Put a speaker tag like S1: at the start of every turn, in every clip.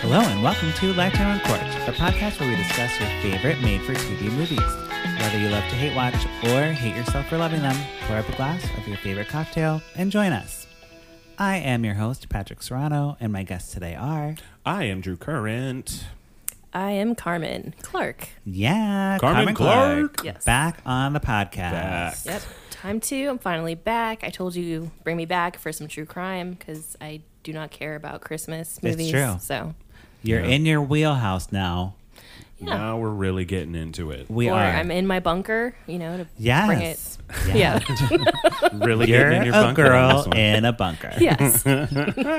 S1: Hello and welcome to Lifetime on Court, the podcast where we discuss your favorite made-for-TV movies. Whether you love to hate watch or hate yourself for loving them, pour up a glass of your favorite cocktail and join us. I am your host, Patrick Serrano, and my guests today are,
S2: I am Drew Current.
S3: I am Carmen Clark.
S1: yeah,
S2: Carmen Clark.
S3: Yes.
S1: back on the podcast.
S3: Yep. Time to. I'm finally back. I told you bring me back for some true crime because I do not care about Christmas movies.
S1: true.
S3: So
S1: You're
S2: Yeah.
S1: in your wheelhouse now.
S3: Yeah.
S2: Now we're really getting into it.
S1: We
S3: or
S1: are.
S3: I'm in my bunker, you know, to bring it.
S1: yes.
S3: Yeah.
S2: Really
S1: You're
S2: getting in your
S1: a
S2: bunker on this
S1: girl
S2: one.
S1: in a bunker.
S3: yes.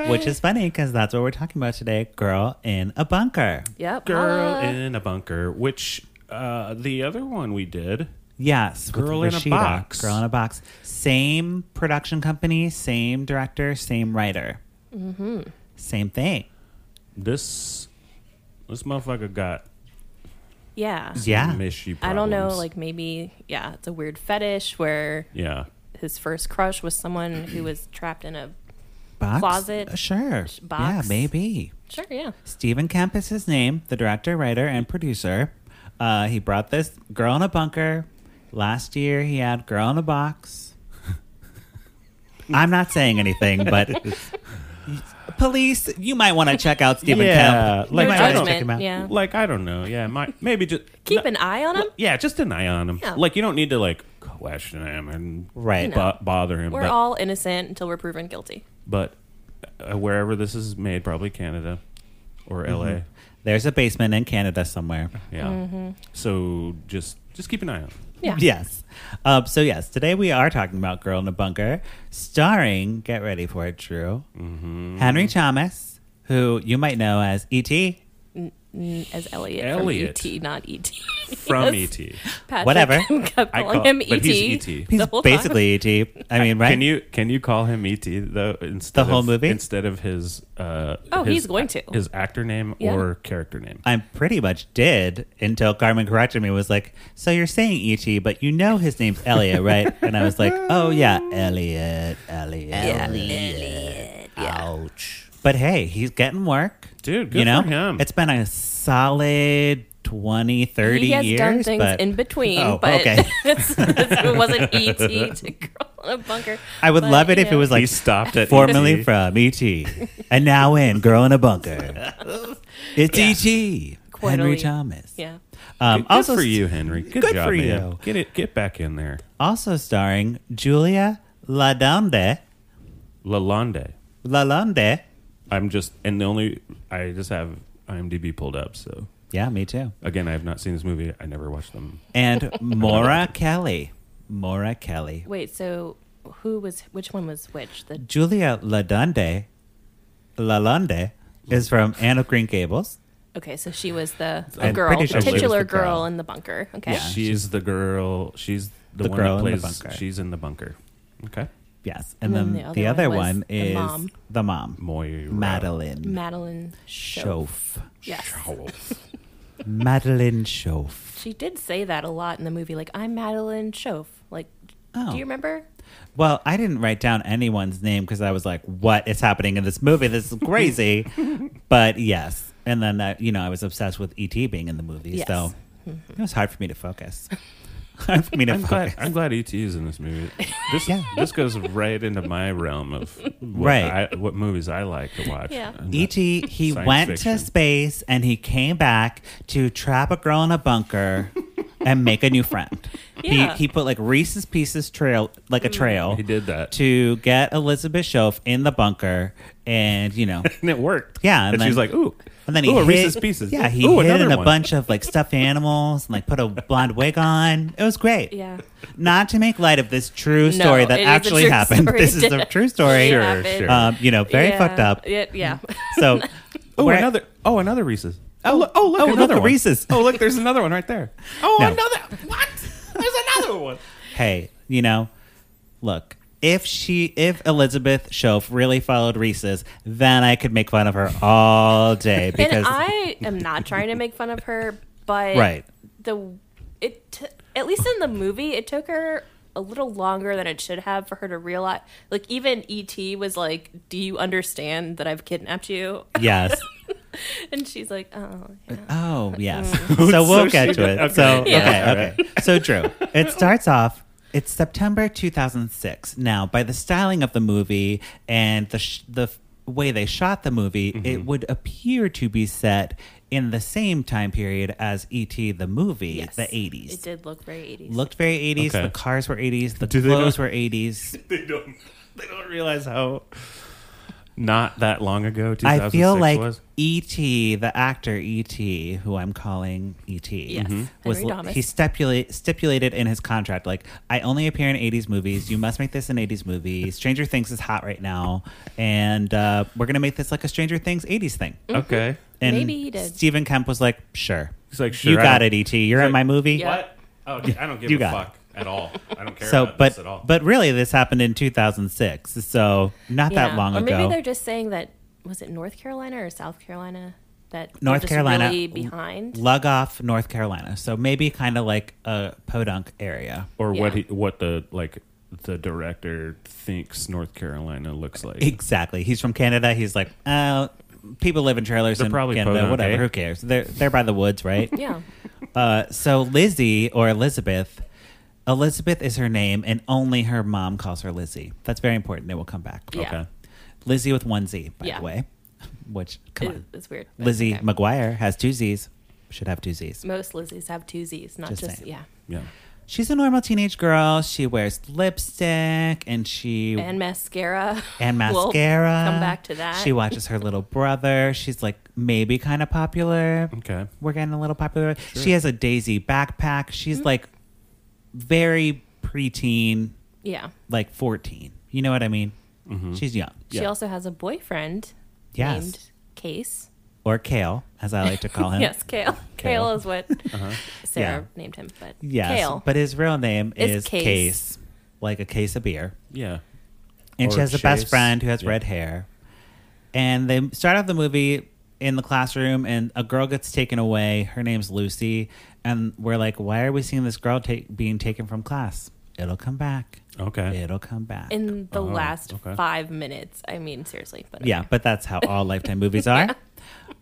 S1: Which is funny because that's what we're talking about today. Girl in a bunker.
S3: Yep.
S2: girl
S3: Holla.
S2: in a bunker. Which uh, the other one we did.
S1: Yes. with
S2: Girl in a
S1: Rashida.
S2: box.
S1: Girl in a box. Same production company, same director, same writer. Mm-hmm. Same thing.
S2: This this motherfucker got
S3: Yeah.
S1: Yeah.
S2: mishy
S3: I don't know.
S2: problems.
S3: Like maybe, yeah, it's a weird fetish where
S2: yeah,
S3: his first crush was someone who was trapped in a.
S1: Box?
S3: Closet.
S1: Uh, Sure.
S3: Sh- box.
S1: Yeah, maybe.
S3: Sure. Yeah.
S1: Stephen Kemp is his name, the director, writer, and producer. Uh, he brought this Girl in a Bunker. Last year, he had Girl in a Box. I'm not saying anything, but police, you might want to check out Stephen
S2: Yeah,
S1: Kemp.
S2: like,
S1: you
S3: No
S1: might wanna
S3: judgment,
S1: check him out.
S3: Yeah.
S2: like I don't know. Yeah, my, maybe just
S3: Keep
S2: no-
S3: an eye on him.
S2: Yeah, just an eye on him.
S3: Yeah.
S2: Like you don't need to like question him and
S1: Right.
S2: bo- bother him.
S3: We're
S2: but,
S3: all innocent until we're proven guilty.
S2: but uh, wherever this is made, probably Canada or LA.
S1: Mm-hmm. There's a basement in Canada somewhere.
S2: Yeah.
S1: Mm-hmm.
S2: So just just keep an eye on. him.
S3: Yeah.
S1: Yes. Um, so, yes, today we are talking about Girl in a Bunker, starring, get ready for it, Drew,
S2: Mm-hmm.
S1: Henry Thomas, who you might know as E E.T.
S3: Mm, As Elliot.
S2: Elliot.
S3: From ET, not ET.
S2: From E
S3: Yes.
S2: ET.
S3: Patrick
S1: Whatever.
S3: kept
S2: I
S3: calling
S2: call-
S3: him
S2: but
S3: ET.
S2: he's ET.
S3: the
S1: He's
S3: whole time.
S1: basically E.T. I mean, right?
S2: Can you can you call him ET though
S1: The
S2: instead
S1: whole
S2: of,
S1: movie?
S2: instead of his uh
S3: Oh,
S2: his-
S3: he's going to.
S2: his actor name
S3: Yeah.
S2: or character name.
S1: I pretty much did until Carmen corrected me. Was like, so you're saying E.T., but you know his name's Elliot, right? and I was like, oh yeah, Elliot, Elliot, Elliot. Ouch. But hey, he's getting work,
S2: Dude, good
S1: you know,
S2: for him.
S1: it's been a solid 20, 30
S3: he has
S1: years.
S3: done things
S1: but
S3: in between,
S1: Oh,
S3: but
S1: okay.
S3: it's, it wasn't ET to girl in a bunker.
S1: I would
S3: But,
S1: love it
S3: you
S1: if it
S3: know,
S1: was like
S2: he stopped at E
S1: formerly
S2: ET.
S1: from E.T. and now in Girl in a Bunker. It's E.T.
S3: Quite
S1: Henry
S3: elite.
S1: Thomas.
S3: yeah,
S1: Um,
S2: Good, good for you, Henry. Good,
S1: Good
S2: job,
S1: for
S2: man.
S1: you.
S2: Get it. Get back in there,
S1: Also starring Julia Ladonde,
S2: Lalonde.
S1: Lalonde.
S2: I'm just and the only I just have IMDb pulled up. So
S1: Yeah, me too.
S2: again, I have not seen this movie. I never watched them.
S1: And Maura Kelly. Maura Kelly.
S3: wait. So who was which one was which? The
S1: Julia Ladonde, Lalonde, is from Anne of Green Gables.
S3: okay, so she was the a
S1: I'm
S3: girl,
S1: pretty
S3: the
S1: sure she was
S3: titular
S1: the girl.
S3: girl. in the bunker. Okay,
S1: Yeah.
S2: she's the girl. She's the,
S1: Ah, The
S2: one
S1: girl
S2: that
S1: in the
S2: plays.
S1: bunker.
S2: She's in the bunker. Okay,
S1: Yes. And, then, the other,
S3: one
S1: one,
S3: was the
S1: is
S3: mom.
S1: the mom.
S2: Moira.
S1: Madeline
S3: Madeline Show.
S1: Schoaf.
S3: Yes,
S1: Madeline Schoaf.
S3: she did say that a lot in the movie. Like I'm Madeline Show. Like,
S1: Oh.
S3: do you remember?
S1: Well, I didn't write down anyone's name because I was like, what is happening in this movie? This is crazy. but yes. And then, uh, you know, I was obsessed with E.T. being in the movie.
S3: Yes.
S1: So it was hard for me to focus. hard for me to
S2: I'm glad,
S1: focus.
S2: I'm glad ET is in this movie. This
S1: Yeah.
S2: this goes right into my realm of what
S1: Right. E
S2: I, what movies I like to watch.
S3: Yeah.
S2: And that-
S1: E.T., he
S2: Science
S1: went to
S2: fiction.
S1: space and he came back to trap a girl in a bunker and make a new friend.
S3: Yeah.
S1: He, he put like Reese's Pieces trail, like a trail.
S2: He did that.
S1: To get Elizabeth Schoaf in the bunker and, you know,
S2: and it worked.
S1: Yeah, and
S2: and, she's
S1: then-
S2: like, ooh,
S1: And then he
S2: ooh, a
S1: hid,
S2: Reese's Pieces.
S1: Yeah, he
S2: ooh,
S1: hid
S2: another
S1: in a
S2: one.
S1: bunch of like stuffed animals and like put a blonde wig on. It was great.
S3: Yeah.
S1: Not to make light of this true
S3: No,
S1: story that
S3: it is a
S1: actually
S3: true
S1: happened.
S3: story.
S1: This is a true story.
S3: It Sure, happened. sure.
S1: Um, you know, very
S3: Yeah.
S1: fucked up.
S3: Yeah. yeah.
S1: So,
S2: Ooh,
S1: we're-
S2: another. Oh, another Reese's. Oh, look, oh, look,
S1: oh, look,
S2: another
S1: a
S2: one.
S1: Reese's.
S2: Oh, look, there's another one right there. Oh,
S1: No.
S2: another. What? There's another one.
S1: hey, you know, look. If she, if Elizabeth Schoaf really followed Reese's, then I could make fun of her all day because
S3: and I am not trying to make fun of her, but
S1: Right.
S3: the it t- at least in the movie it took her a little longer than it should have for her to realize. E Like even ET was like, "Do you understand that I've kidnapped you?"
S1: yes,
S3: and she's like, oh, yeah.
S1: Oh yes. so we'll
S2: So
S1: get
S2: sweet.
S1: to it.
S2: Okay.
S1: So
S3: Yeah.
S1: okay, okay. So Drew, it starts off. It's September 2006. Now, by the styling of the movie and the sh- the f- way they shot the movie, it would appear to be set in the same time period as E.T. the movie,
S3: Yes.
S1: the 80s.
S3: It did look very 80s.
S1: Looked very 80s.
S2: Okay.
S1: The cars were 80s. The
S2: Do they
S1: clothes
S2: not-
S1: were 80s.
S2: they don't. They don't realize how not that long ago. 2006
S1: I feel like
S2: was.
S1: E.T., the actor E.T., who I'm calling E.T.,
S3: Yes. Mhm.
S2: Mm-hmm.
S1: was
S3: Henry Thomas.
S1: he stipulate, stipulated in his contract, like, I only appear in 80s movies. You must make this an 80s movie. Stranger Things is hot right now. And uh, we're going to make this like a Stranger Things 80s thing.
S2: Okay.
S1: And
S3: Maybe he did.
S1: Stephen Kemp was like, sure.
S2: He's like, sure.
S1: You
S2: I
S1: got
S2: don't-
S1: it, E.T. You're
S2: He's
S1: in
S2: like,
S1: my movie.
S2: What? Oh, dude, I don't give
S1: You
S2: a
S1: got
S2: fuck at all. I don't care
S1: So,
S2: about
S1: but
S2: this at all.
S1: but really, this happened in 2006, so not
S3: Yeah.
S1: that long
S3: or
S1: ago.
S3: maybe they're just saying that was it North Carolina or South Carolina that they're
S1: North
S3: just
S1: Carolina.
S3: really behind.
S1: lug off North Carolina. So maybe kind of like a podunk area.
S2: or what he,
S3: Yeah.
S2: what the like the director thinks North Carolina looks like.
S1: Exactly. He's from Canada. He's like, oh, people live in trailers
S2: They're
S1: in
S2: probably
S1: Canada.
S2: podunk,
S1: whatever.
S2: eh?"
S1: Who cares? They're they're by the woods, right?
S3: yeah.
S1: uh, so Lizzie or Elizabeth. Elizabeth is her name, and only her mom calls her Lizzie. That's very important. It will come back.
S3: Yeah.
S2: Okay.
S1: Lizzie with one Z, by
S3: Yeah.
S1: the way. Which come
S3: It-
S1: on,
S3: It's weird. but
S1: Lizzie
S3: okay.
S1: McGuire has two Z's. Should have two Z's.
S3: Most Lizzies have two Z's, not
S1: Just
S3: just,
S1: saying.
S3: yeah.
S2: Yeah.
S1: She's a normal teenage girl. She wears lipstick and she
S3: And mascara.
S1: and
S3: We'll
S1: mascara.
S3: come back to that.
S1: She watches her little brother. She's like maybe kind of popular.
S2: Okay.
S1: We're getting a little popular. She has a Daisy backpack.
S3: Mm-hmm.
S1: She's like very preteen,
S3: Yeah.
S1: like 14. You know what I mean? She's young.
S3: She also has a boyfriend
S1: Yes.
S3: named Case.
S1: Or Kale, as I like to call him.
S3: Yes, Kale. Kale,
S1: Kale. Uh-huh.
S3: is what Sarah named him, but
S1: Yes.
S3: Kale.
S1: But his real name is,
S3: Is
S1: Case.
S3: Case.
S1: like a case of beer.
S2: Yeah.
S1: And she
S2: Or
S1: has a best
S2: Chase.
S1: friend who has
S2: Yeah.
S1: red hair. And they start off the movie in the classroom, and a girl gets taken away. Her name's Lucy. And we're like, why are we seeing this girl ta- being taken from class? It'll come back.
S2: Okay.
S1: It'll come back.
S3: in the
S2: Oh,
S3: last
S2: okay.
S3: five minutes. I mean, seriously, but
S1: yeah, but that's how all Lifetime movies are.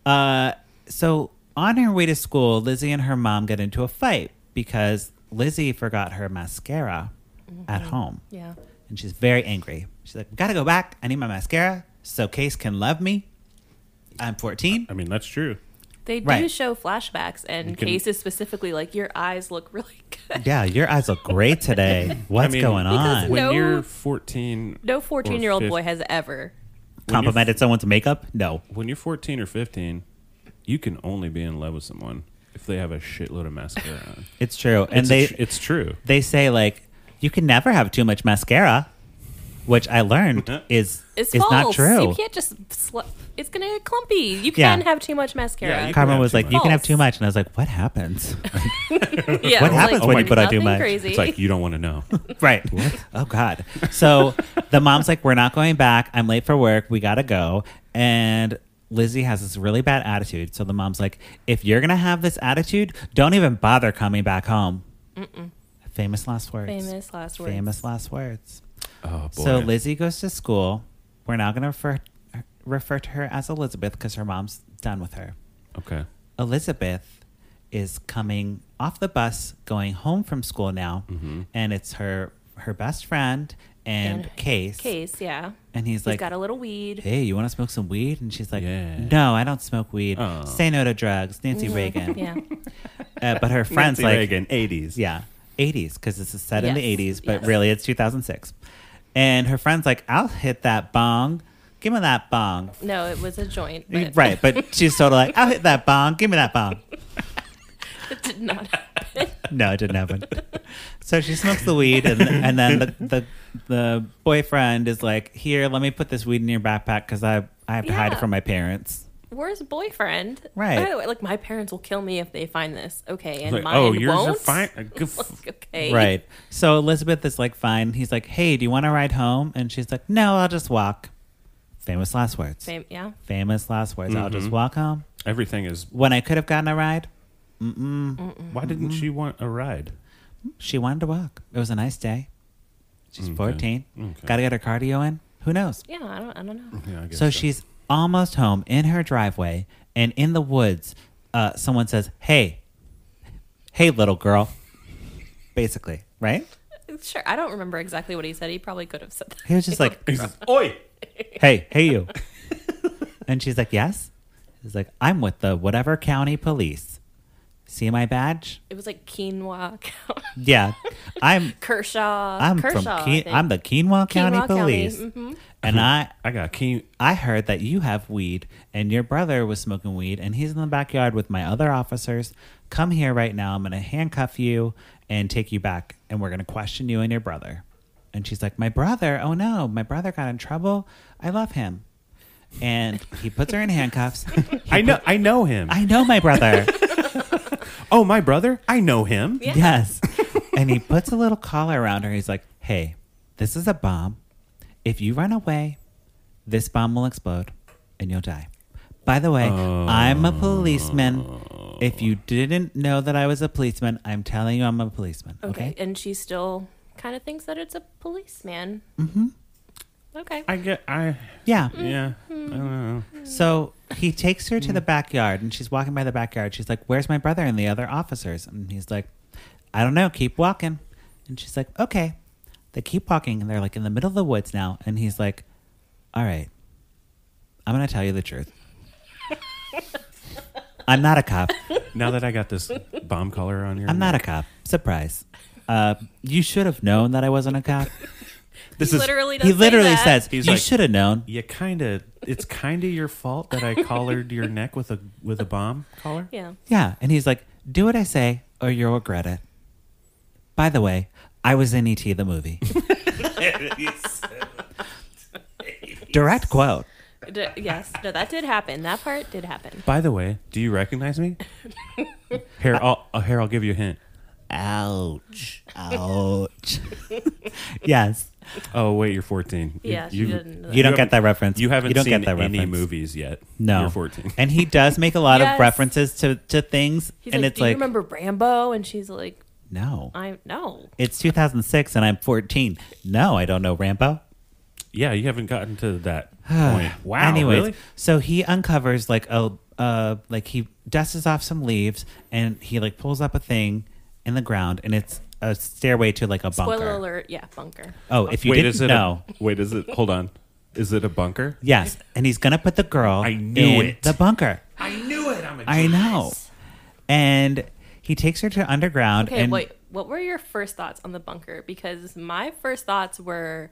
S1: Uh, so on her way to school, Lizzie and her mom get into a fight because Lizzie forgot her mascara at home.
S3: yeah,
S1: and she's very angry. She's like, "Gotta go back. I need my mascara so Case can love me. I'm 14."
S2: I mean, that's true.
S3: they do
S1: Right.
S3: show flashbacks, and
S2: You can-
S3: Case is specifically like, "Your eyes look really good."
S1: Yeah, your eyes look great today. What's
S2: I mean,
S1: going on?
S3: Because
S2: When
S3: No.
S2: you're 14,
S3: No fourteen-year-old
S2: fif-
S3: boy has ever.
S2: when you're-
S1: Complimented someone's makeup? No.
S2: when you're 14 or 15, you can only be in love with someone if they have a shitload of mascara on.
S1: It's true. And
S2: It's
S1: they
S2: a tr- it's true.
S1: they say like, "You can never have too much mascara," which I learned is
S3: It's
S1: is
S3: false.
S1: not
S3: You
S1: true.
S3: can't just. Sl- it's gonna get clumpy. You
S1: Yeah.
S3: can have too much mascara.
S2: you can
S1: Carmen
S2: have
S1: was
S2: too
S1: like, "You can have
S3: much."
S1: too much," and I was like, "What happens?"
S3: Yeah,
S1: What
S3: it's "Oh
S1: happens
S2: when you
S1: put on too
S3: nothing
S1: much?
S3: Crazy.
S2: It's like you don't want to know.
S1: Right. Oh God. So the mom's like, "We're not going back. I'm late for work. We gotta go." And Lizzie has this really bad attitude. So the mom's like, "If you're gonna have this attitude, don't even bother coming back home." Famous last words.
S3: famous last words.
S1: Famous last words.
S2: Oh boy.
S1: So Lizzie goes to school. We're now gonna refer refer to her as Elizabeth because her mom's done with her.
S2: Okay.
S1: Elizabeth is coming off the bus, going home from school now,
S2: Mm-hmm.
S1: and it's her her best friend and,
S3: And
S1: Case,
S3: Case, yeah.
S1: and he's
S3: He's
S1: like,
S3: got a little weed.
S1: "Hey, you want to smoke some weed?" And she's like,
S2: Yeah.
S1: "No, I don't smoke weed.
S2: Oh.
S1: Say no to drugs." Nancy Reagan.
S3: Yeah.
S1: Uh, but her friends
S2: Nancy
S1: like,
S2: Reagan, 80s.
S1: yeah, eighties because this is set in
S3: Yes,
S1: the '80s, but
S3: yes.
S1: really it's 2006. And her friend's like, "I'll hit that bong. Give me that bong."
S3: No, it was a joint. But
S1: Right, but she's sort of like, "I'll hit that bong. Give me that bong."
S3: It did not.
S1: No, it didn't happen. so she smokes the weed, and, and then the, the the boyfriend is like, "Here, let me put this weed in your backpack because I I have to hide it
S3: Yeah.
S1: from my parents."
S3: Where's boyfriend?
S1: Right.
S3: By the way, like my parents will kill me if they find this. Okay, and
S2: Like,
S3: mine
S2: oh, yours
S3: won't.
S2: are fine. Uh, good f-
S3: Like, okay.
S1: Right. So Elizabeth is like, "Fine." He's like, "Hey, do you want to ride home?" And she's like, "No, I'll just walk." Famous last words.
S3: Same. Yeah.
S1: Famous last words. I'll
S2: Mm-hmm.
S1: just walk home.
S2: Everything is.
S1: When I could have gotten a ride,
S2: Why didn't
S3: Mm-hmm.
S2: she want a ride?
S1: she wanted to walk. It was a nice day. She's fourteen.
S2: Okay.
S1: Got to get her cardio in. Who knows?
S3: Yeah. I don't. I don't know.
S2: Yeah, I guess
S1: So she's almost home in her driveway, and in the woods, uh, someone says, "Hey, hey, little girl," basically, right?
S3: Sure, I don't remember exactly what he said. He probably could have said that.
S1: He was just like,
S2: Oi!
S1: "Hey, hey, you," and she's like, "Yes." He's like, "I'm with the whatever county police. See my badge?
S3: It was like quinoa,
S1: Yeah, I'm."
S3: Kershaw.
S1: I'm
S3: Kershaw, I
S1: from Ke-
S3: think.
S1: I'm the Quinoa County
S3: Quinoa County, mm-hmm.
S1: Police, and I
S2: I got Keen.
S1: I heard that you have weed and your brother was smoking weed and he's in the backyard with my other officers. Come here right now. I'm going to handcuff you and take you back and we're going to question you and your brother. And she's like, My brother? Oh no, my brother got in trouble. I love him. And he puts her in handcuffs.
S2: I know. I know him.
S1: I know my brother.
S2: oh, my brother. I know him.
S3: Yeah.
S1: Yes. and he puts a little collar around her. He's like, hey, this is a bomb. If you run away, this bomb will explode and you'll die. By the way, I'm a policeman. If you didn't know that I was a policeman, I'm telling you I'm a policeman.
S3: Okay.
S1: Okay.
S3: and she still kind of thinks that it's a policeman. Mm-hmm. Okay.
S2: I get. I
S1: Yeah.
S3: Mm-hmm.
S2: yeah. I don't know.
S1: So he takes her to
S2: Mm.
S1: the backyard and she's walking by the backyard. She's like, Where's my brother and the other officers? And he's like, I don't know, keep walking. And she's like, Okay. They keep walking and they're like in the middle of the woods now. And he's like, All right, I'm going to tell you the truth. I'm not a cop.
S2: Now that I got this bomb collar on here,
S1: I'm not a cop. Surprise. Uh, you should have known that I wasn't a cop.
S2: This
S3: he
S2: is.
S3: literally, does
S1: He
S3: say
S1: literally
S3: that.
S1: says,
S2: He's
S1: You
S2: like-
S1: should have known.
S2: You kind of. It's kind of your fault that I collared your neck with a with a bomb collar.
S3: "Yeah,
S1: Yeah. And he's like, do what I say or you'll regret it. By the way, I was in E.T. the movie. Direct quote.
S3: D- yes, no, that did happen. That part did happen."
S2: By the way, do you recognize me? here, I'll uh, here I'll give you a hint.
S1: Ouch. Ouch. yes.
S2: Oh wait, you're 14. You-
S3: Yeah, she
S2: you,
S3: didn't. uh, know
S1: You don't
S2: haven't-
S1: get that reference.
S2: You haven't
S1: you don't
S2: seen
S1: get that
S2: any
S1: reference.
S2: movies yet.
S1: No.
S2: you're 14.
S1: And he does make a lot
S3: Yes.
S1: of references to, to things.
S3: He's
S1: and
S3: like,
S1: it's
S3: "Do you
S1: like,
S3: remember Rambo?" And she's like,
S1: no.
S3: "I no."
S1: It's 2006 and I'm 14. No, I don't know Rambo.
S2: Yeah, you haven't gotten to that point. Wow.
S1: Uh, Anyways,
S2: really?
S1: so he uncovers like a uh like he dusts off some leaves and he like pulls up a thing in the ground and it's a stairway to like a bunker.
S3: Spoiler alert! Yeah, bunker.
S1: Oh, if you didn't
S2: is it
S1: know.
S2: A, wait, is it? Hold on. Is it a bunker?
S1: yes, and he's gonna put the girl
S2: I knew
S1: in
S2: it.
S1: the bunker.
S2: I knew it. I'm a
S1: I know. And he takes her to underground
S3: Okay,
S1: and
S3: wait. What were your first thoughts on the bunker? Because my first thoughts were,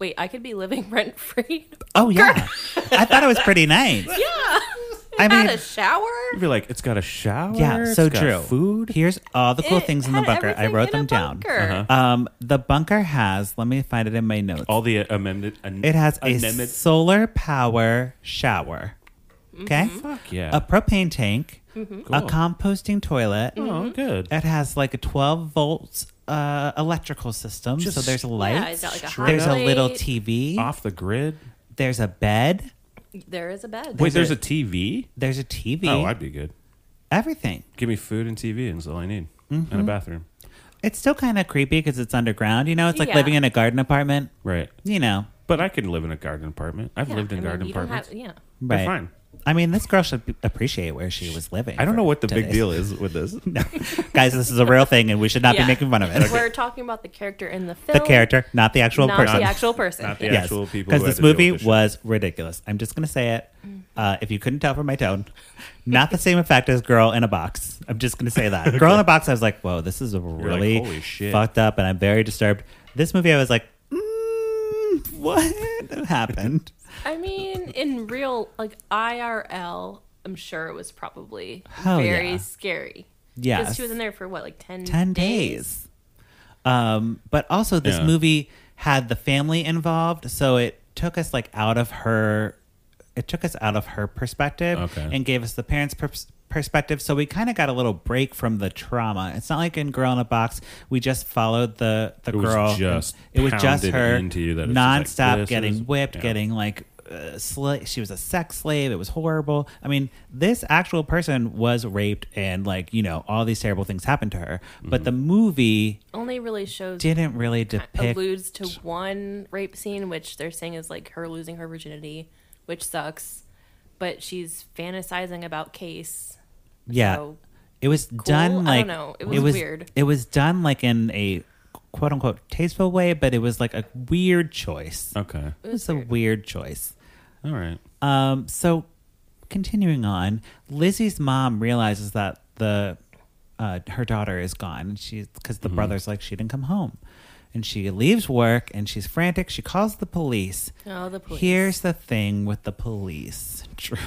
S3: "Wait, I could be living rent free."
S1: oh yeah, I thought it was pretty nice.
S3: yeah,
S1: I
S3: had
S1: mean,
S3: a shower.
S2: You'd be like, it's got a shower.
S1: yeah, so
S2: it's got
S1: true.
S2: Food.
S1: Here's all the cool
S3: It
S1: things in the
S3: had
S1: bunker. I
S3: everything
S1: wrote
S3: in
S1: them
S3: a
S1: down.
S3: bunker.
S2: Uh-huh.
S1: Um, the bunker has. Let me find it in my notes.
S2: All the uh, amended. an-
S1: It has a
S2: amended-
S1: solar power shower. Okay.
S2: Mm-hmm. Fuck yeah. Mm-hmm.
S1: A propane tank, a
S2: Cool.
S1: composting toilet.
S2: oh, good.
S1: It has like a 12 volts uh, electrical system. so
S2: Just-
S1: there's
S3: Yeah,
S1: lights.
S3: it's got like a hot
S1: there's a
S3: plate.
S1: little TV.
S2: Off the grid.
S1: There's a bed.
S3: There is a bed.
S2: Wait,
S1: There's
S2: there's
S1: a-
S2: a TV.
S1: There's a TV.
S2: Oh, I'd be good.
S1: Everything.
S2: Give me food and TV, and that's all I need. And
S1: Mm-hmm.
S2: a bathroom.
S1: It's still kind of creepy because it's underground. You know, it's like
S3: Yeah.
S1: living in a garden apartment.
S2: Right.
S1: You know,
S2: But I can live in a garden apartment. I've lived in
S3: I mean,
S2: garden
S3: you don't
S2: apartments.
S3: Have, yeah.
S2: They're
S1: right?
S2: fine.
S1: I mean, this girl should be- appreciate where she was living.
S2: I don't
S1: for
S2: know what the big
S1: today's-
S2: deal is with this.
S1: guys. This is a real thing, and we should not
S3: Yeah.
S1: be making fun of it.
S3: We're talking about the character in the
S1: the
S3: film.
S1: character, not the actual
S3: not
S1: person.
S3: the actual person.
S2: Not the
S3: Yeah.
S2: actual people
S1: because
S2: who
S1: this
S2: had to deal
S1: movie
S2: with this shit.
S1: was ridiculous. I'm just gonna say it. Uh, if you couldn't tell from my tone, not the same effect as "Girl in a Box." I'm just gonna say that. "Girl in a Box," I was like, "Whoa, this is
S2: like,
S1: really
S2: "Holy shit."
S1: fucked up," and I'm very disturbed. This movie, I was like, mm, "What happened?"
S3: I mean, in real, like IRL, I'm sure it was probably
S1: Hell
S3: very
S1: yeah.
S3: scary.
S1: Yes.
S3: Because she was in there for what, like 10,
S1: 10 days. Um, but also, this
S2: Yeah.
S1: movie had the family involved, so it took us like out of her. It took us out of her perspective
S2: Okay.
S1: and gave us the parents' pers- perspective. So we kind of got a little break from the trauma. It's not like in Girl in a Box, we just followed the the
S2: It was
S1: girl.
S2: just
S1: it was just
S2: pounded
S1: her
S2: into you that it's just like,
S1: nonstop
S2: this
S1: getting
S2: is-
S1: whipped,
S2: yeah.
S1: getting like uh, sla- she was a sex slave. It was horrible. I mean, this actual person was raped and like, you know, all these terrible things happened to her.
S2: Mm-hmm.
S1: But the movie
S3: Only really shows,
S1: didn't really depict
S3: alludes to one rape scene, which they're saying is like her losing her virginity, which sucks. but she's fantasizing about Case.
S1: Yeah.
S3: So,
S1: It was
S3: I
S1: done
S3: don't
S1: like
S3: know. It was weird.
S1: It was done like in a quote unquote tasteful way, but it was like a weird choice.
S2: Okay.
S1: It was a weird choice.
S2: All right.
S1: Um, so continuing on, Lizzie's mom realizes that the uh, her daughter is gone, and she's because the brother's like she didn't come home, and she leaves work and she's frantic. She calls the police.
S3: oh, the police.
S1: Here's the thing with the police, Drew.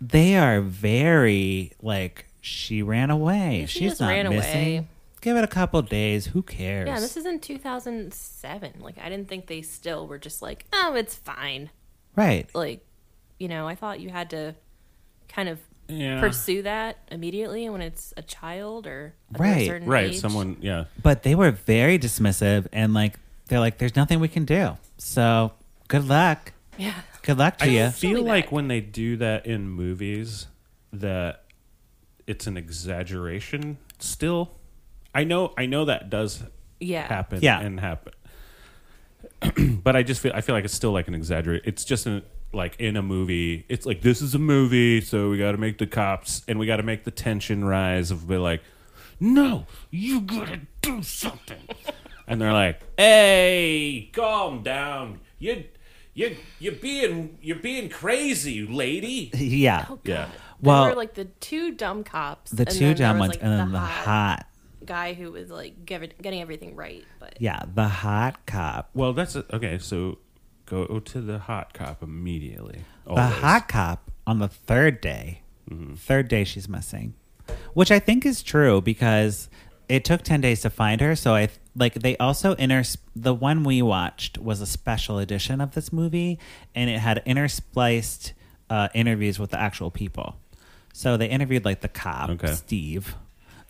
S1: They are very like she ran away.
S3: Yeah, she
S1: She's
S3: just
S1: not
S3: ran
S1: missing.
S3: away.
S1: Give it a couple days. Who cares?
S3: Yeah, this is in 2007. Like, I didn't think they still were just like, oh, it's fine.
S1: right.
S3: Like, you know, I thought you had to kind of
S2: Yeah.
S3: pursue that immediately when it's a child or of a
S1: Right.
S3: certain
S2: right.
S3: age.
S2: Someone. Yeah.
S1: But they were very dismissive and like they're like, "There's nothing we can do." So good luck.
S3: Yeah.
S1: Good luck to
S2: I
S1: you.
S2: feel
S3: Totally
S2: like
S3: back.
S2: when they do that in movies, that it's an exaggeration. Still, I know. I know that does
S3: Yeah.
S2: happen.
S1: Yeah.
S2: and happen. but I just feel. I feel like it's still like an exaggerate. It's just an like in a movie. It's like this is a movie, so we got to make the cops and we got to make the tension rise of be like, no, you gotta do something. and they're like, hey, calm down. You. You you're being you're being crazy, lady.
S1: yeah.
S3: Oh, God.
S2: Yeah.
S1: Well-
S3: there were like the two dumb cops,
S1: The
S3: and
S1: two
S3: then there
S1: dumb
S3: was,
S1: ones
S3: like,
S1: and then the hot.
S3: guy who was like give getting everything right. But
S1: Yeah, the hot cop.
S2: Well, that's a, okay. So go to the hot cop immediately.
S1: The
S2: always. Mm-hmm.
S1: hot cop on the third day, third day she's missing, which I think is true because it took 10 days to find her. So I th- like they also inters the one we watched was a special edition of this movie and it had interspliced uh, interviews with the actual people. So they interviewed like the cop,
S2: Okay.
S1: Steve,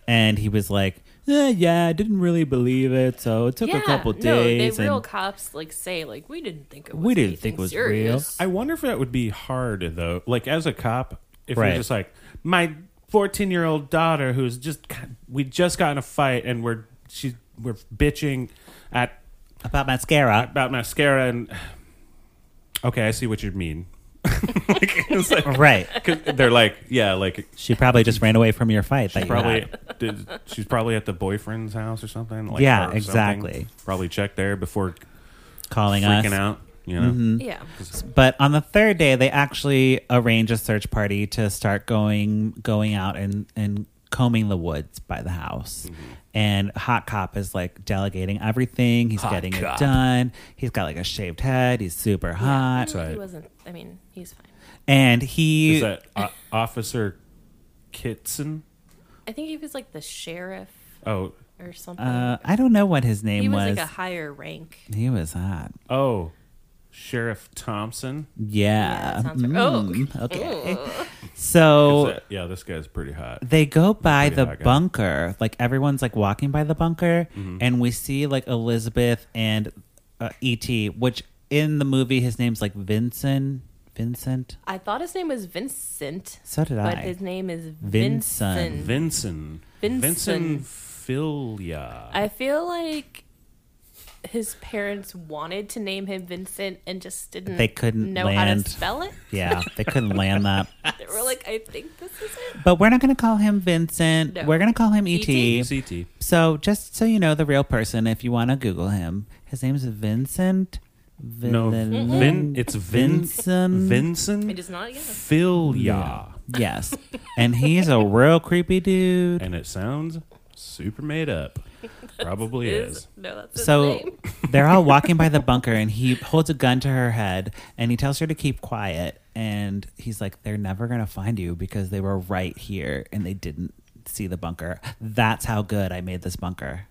S1: and he was like, eh, Yeah, I didn't really believe it. So it took
S3: yeah,
S1: a couple
S3: no, they
S1: days.
S3: real
S1: and
S3: cops like say like we didn't think it was
S1: We didn't think
S3: anything
S1: it was
S3: serious.
S2: I wonder if that would be hard though. Like as a cop, if
S1: Right.
S2: you're just like my 14 year old daughter who's just we just got in a fight and we're she's we're bitching at
S1: about mascara.
S2: about mascara and okay, I see what you mean. like, it's like
S1: right.
S2: 'cause they're like yeah, like
S1: She probably just ran away from your fight. that you had.
S2: probably did, she's probably at the boyfriend's house or something. Like,
S1: Yeah,
S2: or something.
S1: exactly.
S2: Probably check there before
S1: calling
S2: freaking
S1: us. Mm-hmm.
S2: out. You know.
S3: yeah,
S1: But on the third day, they actually arrange a search party to start going going out and and combing the woods by the house.
S2: Mm-hmm.
S1: And Hot Cop is like delegating everything. He's getting
S2: Cop.
S1: it done. He's got like a shaved head. He's super hot,
S3: Well, he
S2: Right.
S3: wasn't. I mean, he's fine.
S1: and he
S2: Is that o- Officer Kitson?
S3: I think he was like the sheriff
S2: Oh,
S3: or something.
S1: uh, I don't know what his
S3: he
S1: name
S3: was,
S1: was.
S3: like a higher rank.
S1: he was hot.
S2: oh, Sheriff Thompson.
S1: Yeah.
S3: that sounds right. Oh,
S1: Mm, okay. So
S2: Is that- yeah, this guy's pretty hot.
S1: they go by
S2: pretty
S1: the
S2: hot guy. Mm-hmm.
S1: bunker like everyone's like walking by the bunker and we see like elizabeth and uh, et which in the movie his name's like vincent vincent
S3: I thought his name was Vincent,
S1: so did
S3: but
S1: i
S3: his name is
S1: Vincent.
S3: Vincent.
S2: Vincent.
S3: Vincent.
S2: Vincent Filia.
S3: I feel like his parents wanted to name him Vincent and just didn't.
S1: They couldn't
S3: know how
S1: land.
S3: to spell it.
S1: yeah they couldn't land that
S3: They were like, I think this is it.
S1: but we're not going to call him vincent
S3: No. E
S1: we're going to call him
S3: E.T..
S1: et
S2: CT.
S1: so just so you know the real person if you want to google him his name is vincent Vin-
S2: No, Vin. It's Vin.
S1: Vincent.
S2: Vincent.
S3: It is not, yeah.
S2: Filia.
S1: yes and he's a real creepy dude
S2: And it sounds super made up. Probably is.
S3: No, that's his
S1: so
S3: name.
S1: they're all walking by the bunker and he holds a gun to her head and he tells her to keep quiet and he's like they're never going to find you because they were right here and they didn't see the bunker that's how good i made this bunker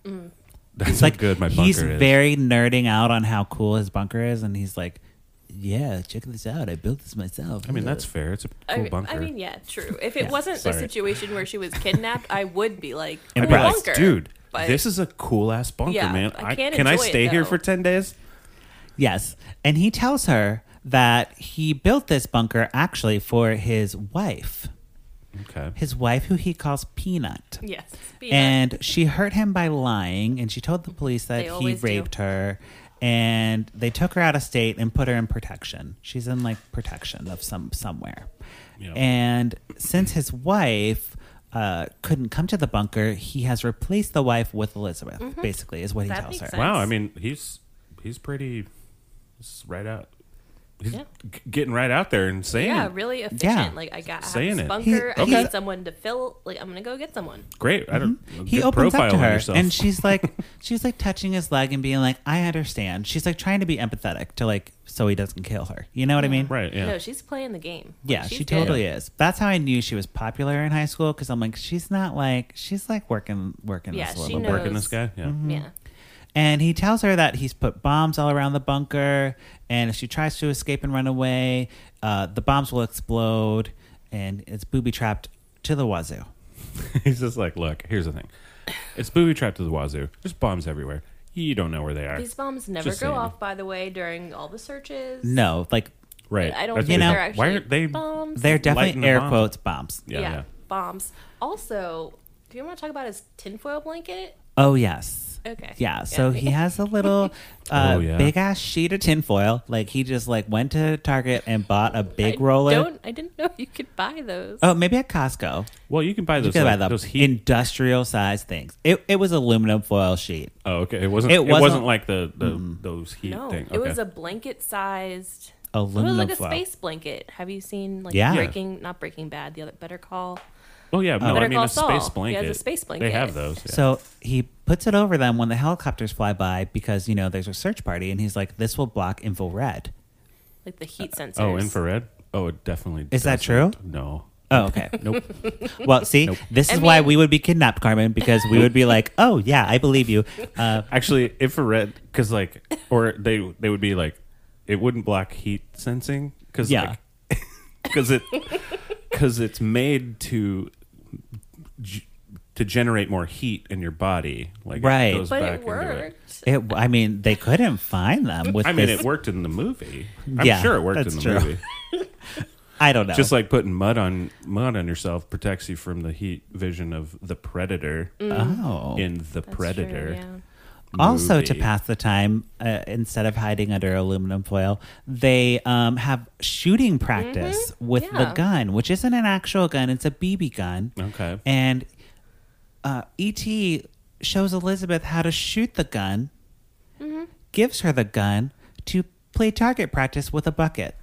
S2: That's
S1: like
S2: how good my bunker
S1: he's
S2: is.
S1: very nerding out on how cool his bunker is and he's like yeah check this out i built this myself
S2: I mean, that's fair. It's a cool
S3: I, mean-
S2: bunker.
S3: I mean, yeah, true. If it wasn't a
S2: sorry.
S3: situation where she was kidnapped, I would be like,
S1: I'd
S2: I'd
S1: be
S2: be
S1: like,
S2: like,
S3: bunker.
S2: dude,
S3: But-
S2: this is a cool ass bunker,
S3: Yeah,
S2: man.
S3: I
S2: I,
S3: can't
S2: can I
S3: enjoy it,
S2: stay here
S3: though.
S2: for ten days?
S1: Yes. And he tells her that he built this bunker actually for his wife,
S2: Okay.
S1: his wife who he calls Peanut.
S3: yes. be nice.
S1: And she hurt him by lying, and she told the police
S3: They
S1: that he
S3: always do.
S1: raped her. and they took her out of state and put her in protection. She's in like protection of some somewhere.
S2: Yeah.
S1: And since his wife uh, couldn't come to the bunker, he has replaced the wife with Elizabeth. Basically, is what he
S3: Mm-hmm. That
S1: tells
S3: makes
S1: her.
S3: sense.
S2: Wow, I mean, he's he's pretty he's right out. He's
S3: Yeah.
S2: g- getting right out there and saying,
S3: Yeah,
S2: it.
S3: really efficient.
S1: Yeah.
S3: Like I got I have
S2: Saying
S3: this
S2: it.
S3: bunker.
S1: He-
S3: I
S1: okay.
S3: need someone to fill. Like I'm gonna go get someone.
S2: "Great, I don't." a
S1: Mm-hmm. he
S2: good
S1: opens
S2: profile
S1: up to
S2: on
S1: her
S2: yourself.
S1: and she's like she's like touching his leg and being like i understand she's like trying to be empathetic to like so he doesn't kill her you know what i mean
S2: right, yeah,
S3: No, she's playing the game. Like,
S1: yeah
S3: she's
S1: she
S3: good.
S1: totally is that's how i knew she was popular in high school because i'm like she's not like she's like working working
S3: Yeah,
S1: this a
S3: she
S1: little bit
S3: knows.
S2: working this guy,
S1: Mm-hmm.
S2: yeah.
S3: Yeah.
S1: and he tells her that he's put bombs all around the bunker and if she tries to escape and run away uh, the bombs will explode and it's booby trapped to the wazoo
S2: He's just like, "Look, here's the thing. It's booby trapped to the wazoo. There's bombs everywhere. You don't know where they are."
S3: These bombs never
S2: Just
S3: go
S2: saying.
S3: off, by the way, during all the searches.
S1: no like
S2: right.
S3: I don't
S2: That's
S3: think
S1: know,
S2: what he-
S3: they're actually
S2: why aren't they?
S3: bombs.
S1: they're
S2: Lighten
S1: definitely
S2: the
S1: air
S2: bombs.
S1: quotes bombs
S2: Yeah, yeah.
S3: bombs. Also, do you want to talk about his tinfoil blanket?
S1: oh yes
S3: Okay.
S1: Yeah, so he has a little uh,
S2: Oh, yeah.
S1: big ass sheet of tinfoil. Like he just like went to Target and bought a big
S3: I
S1: roller.
S3: Don't I didn't know you could buy those.
S1: Oh, maybe at Costco.
S2: Well, you can buy
S1: You
S2: those.
S1: could buy
S2: like,
S1: the
S2: those heat.
S1: industrial size things. It it was aluminum foil sheet.
S2: oh, okay. It wasn't.
S1: It
S2: It wasn't,
S1: wasn't- Mm-hmm.
S2: like the, the those heat
S3: no,
S2: thing.
S3: it
S2: Okay.
S3: was a blanket sized. It was
S1: Aluminum
S3: like a
S1: foil.
S3: space blanket. Have you seen like
S1: Yeah.
S3: Breaking? Not Breaking Bad. The other Better Call.
S2: Oh yeah, no,
S3: Better
S2: I mean
S3: Call
S2: a
S3: Saul. He has
S2: space
S3: a
S2: blanket.
S3: space
S2: They
S3: blanket.
S2: have those. Yeah.
S1: So he puts it over them when the helicopters fly by because you know there's a search party, and he's like, "This will block infrared."
S3: Like the heat sensors.
S2: oh, infrared. Oh, it definitely.
S1: Is that true?
S2: doesn't. No.
S1: Oh, okay.
S2: Nope.
S1: Well, see, this
S3: I
S1: is why
S3: mean-
S1: we would be kidnapped, Carmen, because we would be like, "Oh yeah, I believe you." Uh,
S2: Actually, infrared because like, or they they would be like, it wouldn't block heat sensing because
S1: Yeah.
S2: because it because it's made to g- to generate more heat in your body. Like
S1: Right.
S2: it goes
S3: But
S2: back
S3: it
S2: Into it.
S3: worked.
S1: it, I mean, they couldn't find them with.
S2: I mean,
S1: this-
S2: it worked in the movie. I'm
S1: Yeah,
S2: sure it worked
S1: that's
S2: in the
S1: true.
S2: movie.
S1: I don't know.
S2: Just like putting mud on mud on yourself protects you from the heat vision of the predator.
S1: oh.
S2: in the predator.
S3: Sure, Mm. yeah.
S1: Also,
S2: movie.
S1: to pass the time, uh, instead of hiding under aluminum foil, they um, have shooting practice with the
S3: Yeah.
S1: gun, which isn't an actual gun; it's a BB gun.
S2: Okay.
S1: And uh, ET shows Elizabeth how to shoot the gun, gives her the gun to play target practice with a bucket.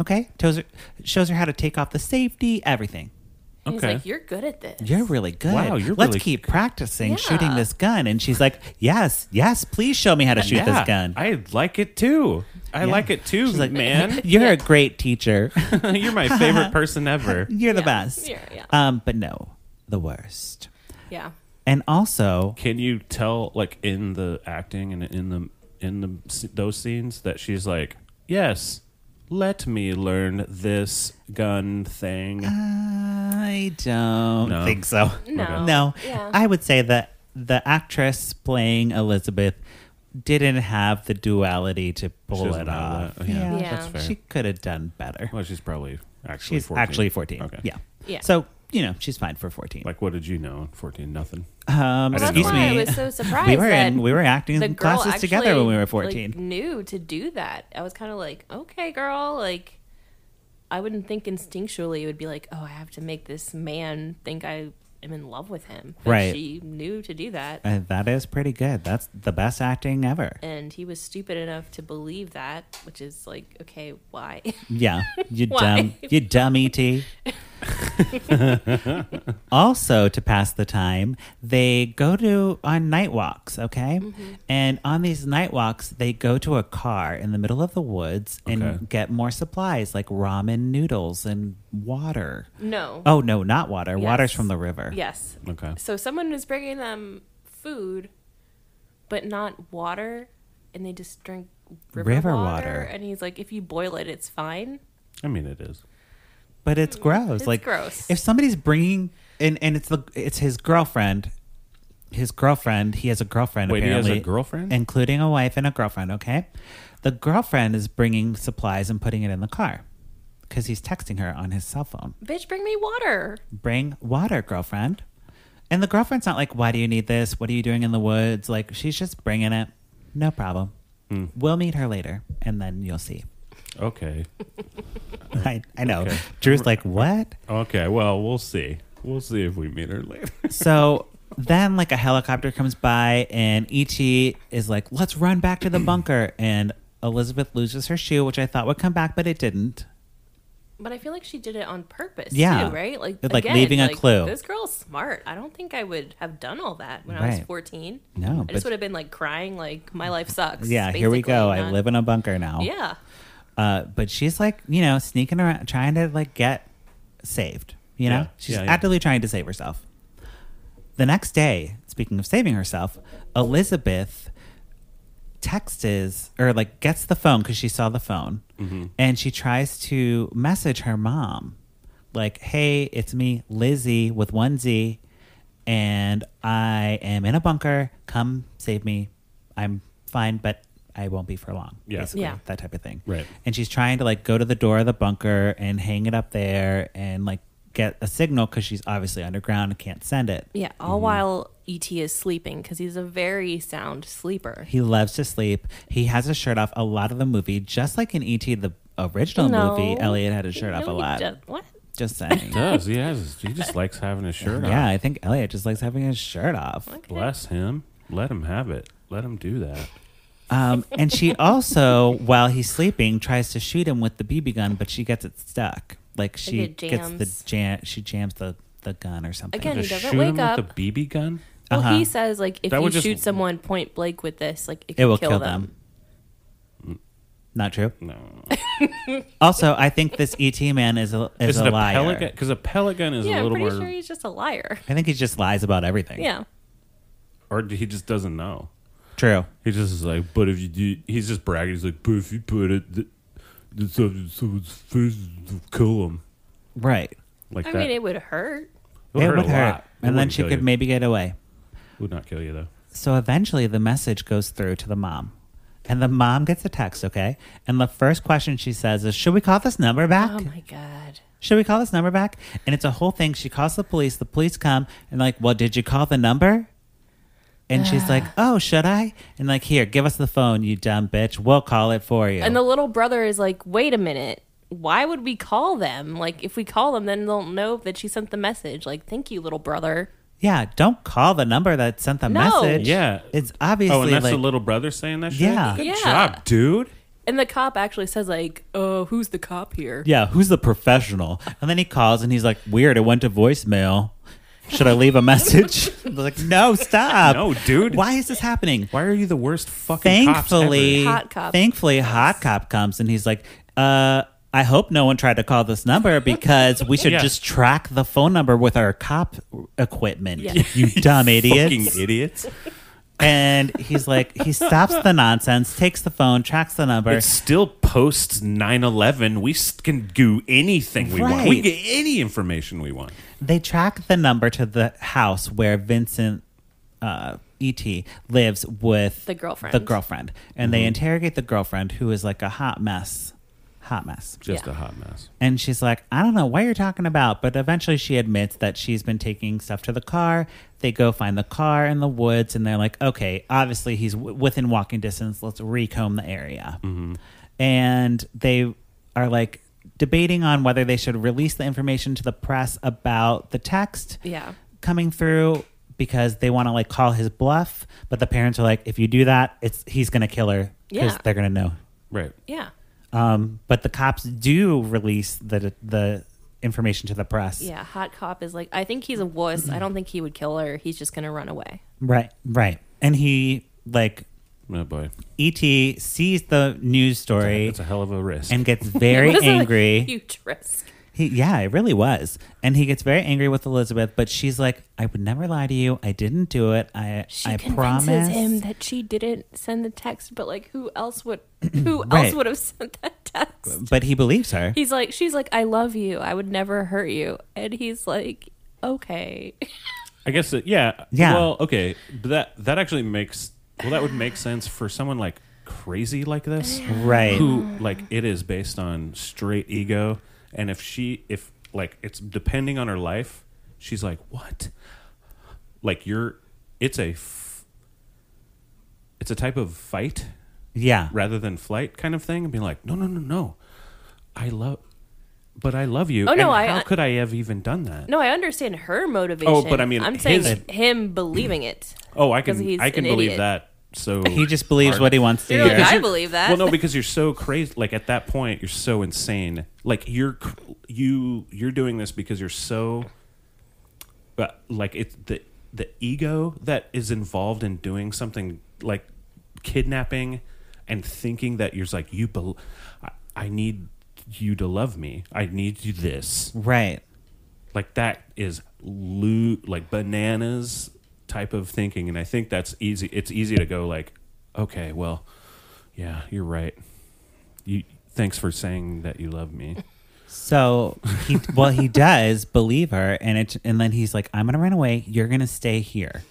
S1: Okay, Tells her, shows her how to take off the safety, everything.
S3: He's
S2: Okay.
S3: like, you're good at this.
S1: You're really good.
S2: Wow, you're
S1: Let's
S2: really
S1: keep practicing shooting
S3: Yeah.
S1: this gun. And she's like, Yes, yes, please show me how to shoot
S2: Yeah,
S1: this gun.
S2: I like it too. I
S1: Yeah.
S2: like it too,
S1: She's like,
S2: man.
S1: You're a great teacher.
S2: You're my favorite person ever.
S1: You're the
S3: Yeah.
S1: best.
S3: Yeah, yeah.
S1: Um, but no, the worst.
S3: Yeah.
S1: And also,
S2: Can you tell, like, in the acting and in the in the s- those scenes that she's like, yes, let me learn this gun thing.
S1: Uh, I don't
S2: No.
S1: think so.
S3: No.
S1: No.
S3: Yeah.
S1: I would say that the actress playing Elizabeth didn't have the duality to pull
S2: doesn't
S1: it
S2: have
S1: off.
S2: that. Yeah,
S3: Yeah. that's fair.
S1: She could have done better.
S2: well, she's probably actually
S1: She's
S2: 14.
S1: actually 14.
S2: Okay.
S1: Yeah.
S3: Yeah.
S1: So, you know, she's fine for 14.
S2: Like, what did you know? at Fourteen, nothing.
S1: um,
S2: I didn't
S1: excuse
S2: know that.
S1: me.
S3: I was so surprised.
S1: we were in
S3: that
S1: we were acting
S3: the girl
S1: classes
S3: actually,
S1: together when we were
S3: like,
S1: 14.
S3: knew to do that. I was kind of like, okay, girl, like. I wouldn't think instinctually it would be like, oh, I have to make this man think I am in love with him. But
S1: Right.
S3: She knew to do that,
S1: Uh, that is pretty good. That's the best acting ever.
S3: and he was stupid enough to believe that, which is like, okay, why?
S1: Yeah, you
S3: Why?
S1: dumb, you dumb ET. also, to pass the time, they go to on night walks. Okay,
S3: Mm-hmm.
S1: and on these night walks, they go to a car in the middle of the woods and
S2: Okay.
S1: get more supplies like ramen noodles and water.
S3: no.
S1: Oh no, not water. Water's
S3: Yes.
S1: from the river.
S3: Yes.
S2: Okay.
S3: So someone was bringing them food, but not water, and they just drink river,
S1: River
S3: water,
S1: water.
S3: And he's like, if you boil it, it's fine.
S2: I mean, it is.
S1: but it's gross.
S3: It's
S1: like
S3: gross.
S1: If somebody's bringing and and it's the it's his girlfriend, his girlfriend. He has a girlfriend.
S2: Wait, he has a
S1: apparently,
S2: girlfriend?
S1: including a wife and a girlfriend. Okay, the girlfriend is bringing supplies and putting it in the car because he's texting her on his cell phone.
S3: Bitch, bring me water.
S1: Bring water, girlfriend. And the girlfriend's not like, "Why do you need this? What are you doing in the woods?" Like she's just bringing it. No problem.
S2: Hmm.
S1: We'll meet her later, and then you'll see.
S2: Okay.
S1: I, I know.
S2: Okay.
S1: Drew's like, what?
S2: Okay. Well, we'll see. We'll see if we meet her later.
S1: So then, like, a helicopter comes by, and Ichi is like, let's run back to the bunker. And Elizabeth loses her shoe, which I thought would come back, but it didn't.
S3: But I feel like she did it on purpose,
S1: Yeah.
S3: too, right? Like,
S1: Like
S3: again,
S1: leaving a clue.
S3: This girl's smart. I don't think I would have done all that when I was
S1: Right.
S3: 14.
S1: No,
S3: I
S1: but-
S3: just would have been like crying, like, my life sucks.
S1: Yeah, here we
S3: basically,
S1: go. I
S3: not-
S1: live in a bunker now.
S3: Yeah.
S1: Uh, but she's like, you know, sneaking around, trying to like get saved. You know,
S2: Yeah,
S1: she's
S2: yeah, yeah.
S1: actively trying to save herself. The next day, speaking of saving herself, Elizabeth texts or like gets the phone because she saw the phone,
S2: Mm-hmm.
S1: and she tries to message her mom, like, "Hey, it's me, Lizzie with one Z, and I am in a bunker. Come save me. I'm fine, but." I won't be for long.
S2: Yeah.
S1: basically,
S3: Yeah.
S1: That type of thing
S2: Right.
S1: and she's trying to like go to the door of the bunker and hang it up there and like get a signal because she's obviously underground and can't send it.
S3: Yeah. All
S1: Mm-hmm.
S3: while E.T. is sleeping because he's a very sound sleeper.
S1: He loves to sleep. He has his shirt off a lot of the movie, just like in E.T. the original
S3: No.
S1: movie. Elliot had his shirt off a
S3: No, he
S1: lot.
S3: does- What?
S1: Just saying.
S2: does he has? He just likes having his shirt
S1: yeah,
S2: on.
S1: I think Elliot just likes having his shirt off.
S2: Bless him. Let him have it. Let him do that.
S1: Um, and she also, while he's sleeping, tries to shoot him with the BB gun, but she gets it stuck. Like she
S3: it
S1: gets the
S3: jams.
S1: jam, she jams the the gun or something.
S3: Again, And he
S2: Just
S3: doesn't
S2: shoot
S3: wake
S2: him
S3: up.
S2: with the BB gun.
S3: Well,
S1: Uh-huh.
S3: he says, like, if
S2: That
S3: you
S2: would just-
S3: shoot someone point blank with this, like, it,
S1: it
S3: could
S1: will kill, them. Not true.
S2: No,
S1: Also, I think this ET man is a, is,
S2: is
S1: a
S2: it a
S1: liar.
S2: pellet gun? Because a pellet gun is
S3: Yeah,
S2: a
S3: I'm
S2: little
S3: pretty
S2: more,
S3: sure he's just a liar.
S1: I think he just lies about everything.
S3: Yeah.
S2: or he just doesn't know.
S1: True.
S2: He just is like, but if you do, he's just bragging. He's like, but if you put it, th- this up in someone's face, it'll kill him.
S1: Right.
S2: Like
S3: I
S2: that.
S3: mean, it would hurt.
S2: It'll
S1: It
S2: hurt
S1: would
S2: a
S1: hurt.
S2: lot. It
S1: And then
S2: wouldn't
S1: she
S2: kill
S1: could
S2: you.
S1: maybe get away.
S2: would not kill you though.
S1: So eventually the message goes through to the mom. And the mom gets a text, okay? And the first question she says is, Should we call this number back?
S3: Oh, my God.
S1: Should we call this number back? And it's a whole thing. She calls the police. The police come and like, well, did you call the number? And she's like, oh, should I? And like, here, give us the phone, you dumb bitch. We'll call it for you.
S3: And the little brother is like, wait a minute. Why would we call them? Like, if we call them, then they'll know that she sent the message. Like, thank you, little brother.
S1: yeah, don't call the number that sent the
S3: No.
S1: message.
S2: Yeah.
S1: it's obviously
S2: oh, and that's
S1: like,
S2: the little brother saying that. shit?
S1: Yeah.
S2: Good
S3: Yeah.
S2: job, dude.
S3: And the cop actually says, like, oh, who's the cop here?
S1: yeah, who's the professional? And then he calls and he's like, weird, it went to voicemail. Should I leave a message? I'm like, no, stop.
S2: No, dude.
S1: Why is this happening?
S2: Why are you the worst fucking
S1: thankfully,
S3: Hot cop.
S1: thankfully, hot cop comes and he's like, uh, "I hope no one tried to call this number because we should
S2: Yeah.
S1: just track the phone number with our cop equipment."
S3: Yeah.
S1: You dumb
S2: Fucking
S1: idiots!
S2: idiots.
S1: and he's like, he stops the nonsense, takes the phone, tracks the number.
S2: It's still post 9 11. We s- can do anything we want. We
S1: Right.
S2: can get any information we want.
S1: they track the number to the house where Vincent uh, E.T. lives with
S3: The girlfriend.
S1: The girlfriend, and
S2: Mm-hmm.
S1: they interrogate the girlfriend, who is like a hot mess, hot mess.
S2: Just
S3: Yeah.
S2: a hot mess.
S1: And she's like, I don't know what you're talking about. But eventually she admits that she's been taking stuff to the car. They go find the car in the woods and they're like, okay, obviously he's w- within walking distance. Let's recomb the area. And they are like debating on whether they should release the information to the press about the text
S3: Yeah.
S1: coming through because they want to like call his bluff. But the parents are like, if you do that, it's he's going to kill her because
S3: Yeah.
S1: they're going to know
S2: Right.
S3: Yeah.
S1: um, but the cops do release the the information to the press.
S3: Yeah. Hot cop is like, I think he's a wuss. I don't think he would kill her. He's just going to run away.
S1: Right. Right. And he like
S2: Oh, boy.
S1: ET sees the news story
S2: It's a hell of a risk.
S1: and gets very
S3: It was a
S1: angry.
S3: huge risk.
S1: He, yeah, it really was. And he gets very angry with Elizabeth, but she's like, "I would never lie to you. I didn't do it. I
S3: She
S1: I
S3: convinces
S1: promise."
S3: him that she didn't send the text, but like, who else would? Who
S1: Right.
S3: else would have sent that text?
S1: but he believes her.
S3: He's like, she's like, I love you. I would never hurt you. And he's like, okay.
S2: I guess that yeah.
S1: Yeah.
S2: Well, okay. But that that actually makes well that would make sense for someone like crazy like this.
S1: Right.
S2: Who like it is based on straight ego and if she if like it's depending on her life, she's like, "What?" Like you're it's a f- it's a type of fight
S1: Yeah.
S2: rather than flight kind of thing and be like, no, no, no, no. I love, but I love you.
S3: Oh,
S2: And
S3: no, I-
S2: how
S3: I-
S2: could I have even done that?
S3: No, I understand her motivation.
S2: Oh, but I mean,
S3: I'm saying
S2: his-
S3: him believing it.
S2: Oh, I
S3: 'Cause
S2: can,
S3: he's
S2: I can
S3: an
S2: believe
S3: idiot.
S2: that. So
S1: He just believes what he wants to
S3: You're like,
S1: hear.
S3: I believe that.
S2: Well, no, because you're so crazy. Like at that point, you're so insane. Like you're cr- you you're doing this because you're so. But like it's the the ego that is involved in doing something like kidnapping, and thinking that you're like you. Bel- I, I need you to love me. I need you this.
S1: Right.
S2: Like that is loo- like bananas type of thinking, and I think that's easy. It's easy to go like, okay, well, yeah, you're right. You thanks for saying that you love me.
S1: So he well he does believe her, and it and then he's like, "I'm gonna run away. You're gonna stay here."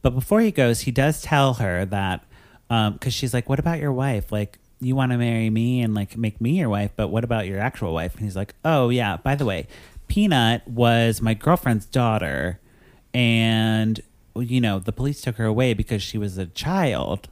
S1: But before he goes, he does tell her that because she's like, "What about your wife? Like, you want to marry me and like make me your wife, but what about your actual wife?" And he's like, "Oh yeah, by the way, Peanut was my girlfriend's daughter, and you know the police took her away because she was a child."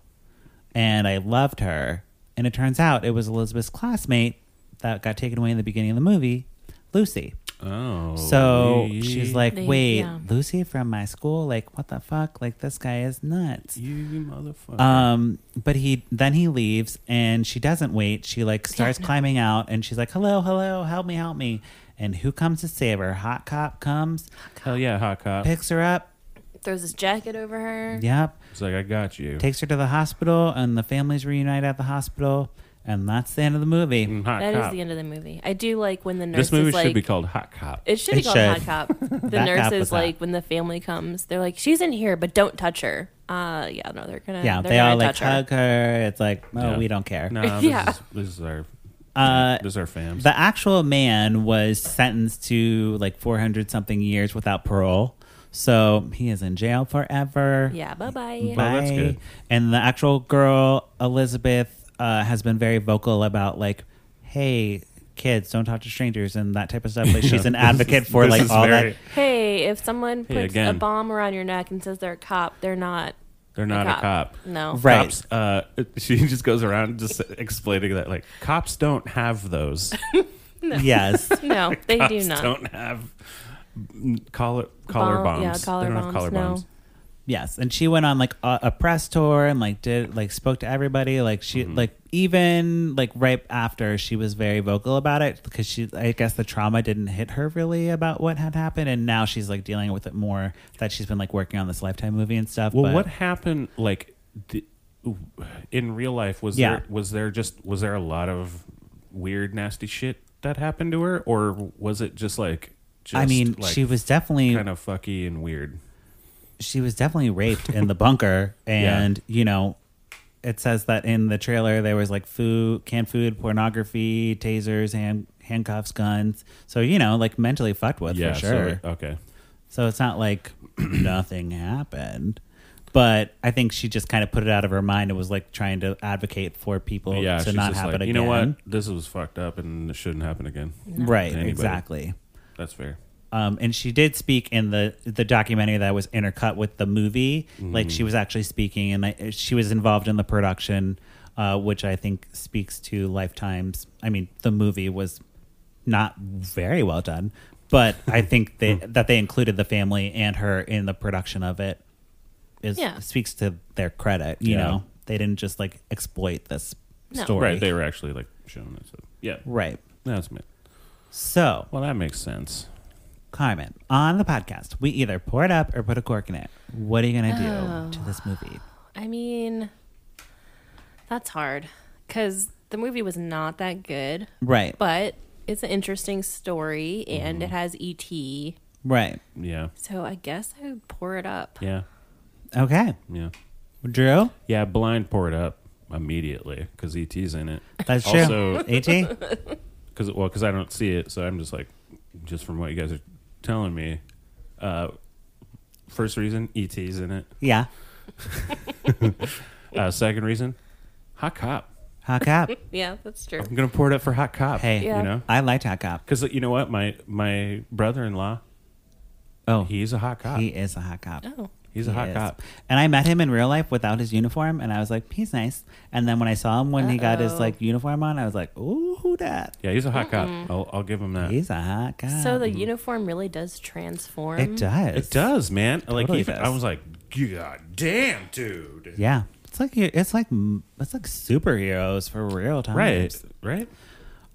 S1: and I loved her. And it turns out it was Elizabeth's classmate that got taken away in the beginning of the movie, Lucy.
S2: Oh,
S1: So she's like,
S3: They-
S1: wait,
S3: yeah.
S1: Lucy from my school? Like, what the fuck? Like, this guy is nuts.
S2: you motherfucker.
S1: Um, but he then he leaves and she doesn't wait. She like starts climbing out and she's like, Hello, hello, help me, help me. And who comes to save her? Hot cop comes,
S2: Hell yeah, hot cop.
S1: picks her up.
S3: Throws his jacket over her.
S1: Yep.
S2: It's like I got you.
S1: Takes her to the hospital and the families reunite at the hospital. And that's the end of the movie.
S2: Mm, hot
S3: That is
S2: cop.
S3: the end of the movie. I do like when the nurse
S2: this movie
S3: is like,
S2: should be called Hot Cop.
S3: It should be
S1: It
S3: called
S1: should.
S3: Hot Cop. The
S1: That
S3: nurse
S1: cop
S3: is
S1: was
S3: like,
S1: hot.
S3: when the family comes, they're like, she's in here, but don't touch her. Uh, yeah, no, they're gonna.
S1: yeah,
S3: they're
S1: they
S3: gonna
S1: all like
S3: touch her.
S1: hug her. It's like, oh,
S2: Yeah.
S1: we don't care.
S2: No, this,
S3: Yeah.
S2: is, this is our
S1: Uh,
S2: this is our fam.
S1: The actual man was sentenced to like 400 something years without parole. So he is in jail forever.
S3: Yeah, bye
S1: Bye.
S3: bye.
S2: But- Oh, that's good.
S1: And the actual girl, Elizabeth, uh, has been very vocal about like, hey, kids, don't talk to strangers and that type of stuff. Like, she's an advocate for
S2: This
S1: like
S2: is
S1: all
S2: very-
S1: that.
S3: Hey, if someone
S2: Hey,
S3: puts a
S2: again.
S3: bomb around your neck and says they're a cop, they're not.
S2: They're not a cop.
S3: No.
S1: Right.
S2: Cops, uh, she just goes around just explaining that like cops don't have those.
S1: Yes.
S3: No, they do
S2: Cops
S3: not.
S2: Don't have mm, collar collar bombs.
S3: Bomb- yeah, collar
S2: they don't
S3: bombs,
S2: have collar
S3: no.
S2: bombs.
S1: Yes, and she went on like a, a press tour and like did like spoke to everybody. Like she
S2: Mm-hmm.
S1: like even like right after she was very vocal about it because she I guess the trauma didn't hit her really about what had happened, and now she's like dealing with it more that she's been like working on this Lifetime movie and stuff.
S2: Well,
S1: but
S2: what happened? Like di- in real life, was
S1: Yeah.
S2: there was there just was there a lot of weird, nasty shit that happened to her, or was it just like? Just,
S1: I mean,
S2: like,
S1: she was definitely
S2: kind of fucky and weird.
S1: she was definitely raped in the bunker and you know it says that in the trailer there was like food canned food pornography tasers hand handcuffs guns so you know like mentally fucked with
S2: yeah,
S1: for
S2: so,
S1: sure so,
S2: like, okay.
S1: it's not like nothing happened but i think she just kind of put it out of her mind and was like trying to advocate for people
S2: yeah,
S1: to
S2: she's
S1: not
S2: just
S1: happen
S2: like,
S1: again
S2: You know what? This was fucked up, and it shouldn't happen again.
S1: right
S2: To anybody.
S1: exactly
S2: That's fair.
S1: um, and she did speak in the the documentary that was intercut with the movie. Like
S2: Mm.
S1: she was actually speaking, and I, she was involved in the production, uh, which I think speaks to Lifetime's. I mean, the movie was not very well done, but I think they, that they included the family and her in the production of it is
S3: Yeah.
S1: speaks to their credit. You
S2: Yeah.
S1: know, they didn't just like exploit this
S3: No.
S1: story,
S2: Right, they were actually like showing it. So. Yeah,
S1: Right.
S2: that's me.
S1: So,
S2: Well, that makes sense.
S1: Carmen, on the podcast, we either pour it up or put a cork in it. What are you going to do
S3: Oh.
S1: to this movie?
S3: I mean, that's hard because the movie was not that good,
S1: Right.
S3: but it's an interesting story and it has ET.
S1: Right.
S2: Yeah,
S3: So I guess I would pour it up.
S2: yeah,
S1: Okay.
S2: yeah.
S1: Drew?
S2: Yeah, blind pour it up immediately because ET's in it.
S1: That's
S2: Also-
S1: true. AT?
S2: Because well, because I don't see it, so I'm just like, just from what you guys are telling me. Uh, first reason, ET's in it.
S1: Yeah.
S2: Uh, second reason, hot cop.
S1: Hot cop.
S3: Yeah, that's true.
S2: I'm gonna pour it up for hot cop.
S1: Hey,
S3: Yeah.
S2: you know,
S1: I liked Hot Cop.
S2: because you know what, my my brother-in-law
S1: Oh, he,
S2: He's a hot cop.
S1: is a hot cop.
S3: Oh.
S2: He's a
S1: He
S2: hot
S1: is.
S2: cop.
S1: And I met him in real life without his uniform, and I was like, he's nice. And then when I saw him when he got his
S3: Uh-oh.
S1: like uniform on, I was like, ooh, who that?
S2: Yeah, he's a hot cop. I'll, I'll give him that.
S1: He's a hot cop.
S3: So the uniform really does transform.
S1: it does.
S2: It does, man. Like
S1: Totally
S2: even,
S1: does.
S2: I was like, God damn, dude.
S1: Yeah, it's like it's like it's like superheroes for real time.
S2: Right, right.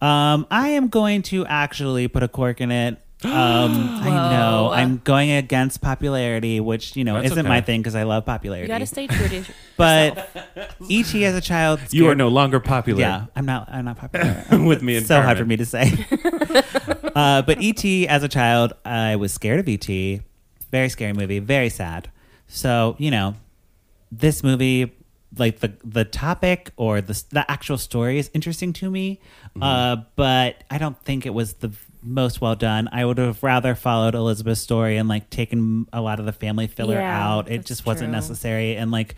S1: Um, I am going to actually put a cork in it. Um, I know I'm going against popularity, which you know
S2: That's
S1: isn't
S2: okay.
S1: my thing because I love popularity.
S3: You got to stay true to
S1: but Ichi as a child,
S2: You are
S1: scared-
S2: no longer popular.
S1: Yeah, I'm not. I'm not popular.
S2: with me and
S1: so hard for me to say. uh, but E.T. as a child, I was scared of E.T. Very scary movie, very sad. So you know, this movie, like the the topic or the the actual story is interesting to me,
S2: Mm-hmm.
S1: uh, but I don't think it was the most well done. I would have rather followed Elizabeth's story and like taken a lot of the family filler
S3: Yeah,
S1: out. It
S3: that's
S1: just wasn't
S3: true.
S1: necessary and like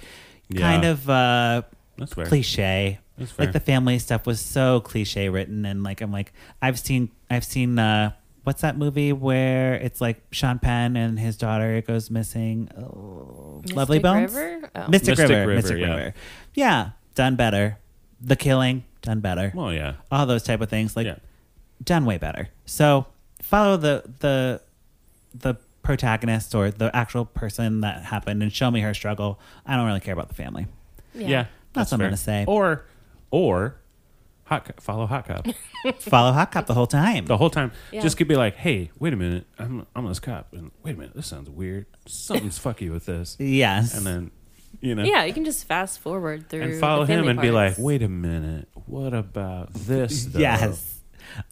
S1: kind
S2: Yeah.
S1: of. Uh,
S2: That's fair.
S1: cliche.
S2: That's fair.
S1: Like the family stuff was so cliche written, and like I'm like I've seen I've seen uh, what's that movie where it's like Sean Penn and his daughter goes missing. Oh, Lovely
S3: Mystic
S1: Bones,
S3: River? Oh.
S1: Mystic,
S2: Mystic
S1: River,
S2: River,
S1: Mystic
S2: yeah.
S1: River. Yeah, done better. The Killing, done better.
S2: Well, yeah.
S1: All those type of things, like
S2: Yeah.
S1: done way better. So follow the the the protagonist or the actual person that happened and show me her struggle. I don't really care about the family.
S2: Yeah.
S1: That's what I'm
S2: fair.
S1: gonna say.
S2: Or, or, hot co- follow hot cop
S1: Follow Hot Cop the whole time.
S2: the whole time.
S3: Yeah.
S2: Just could be like, hey, wait a minute, I'm I'm this cop, and wait a minute, this sounds weird. Something's fucky with this,
S1: Yes.
S2: and then, you know,
S3: Yeah, you can just fast forward through
S2: and follow
S3: the
S2: him
S3: family
S2: and be like,
S3: parts.
S2: wait a minute, what about this? Though?
S1: yes.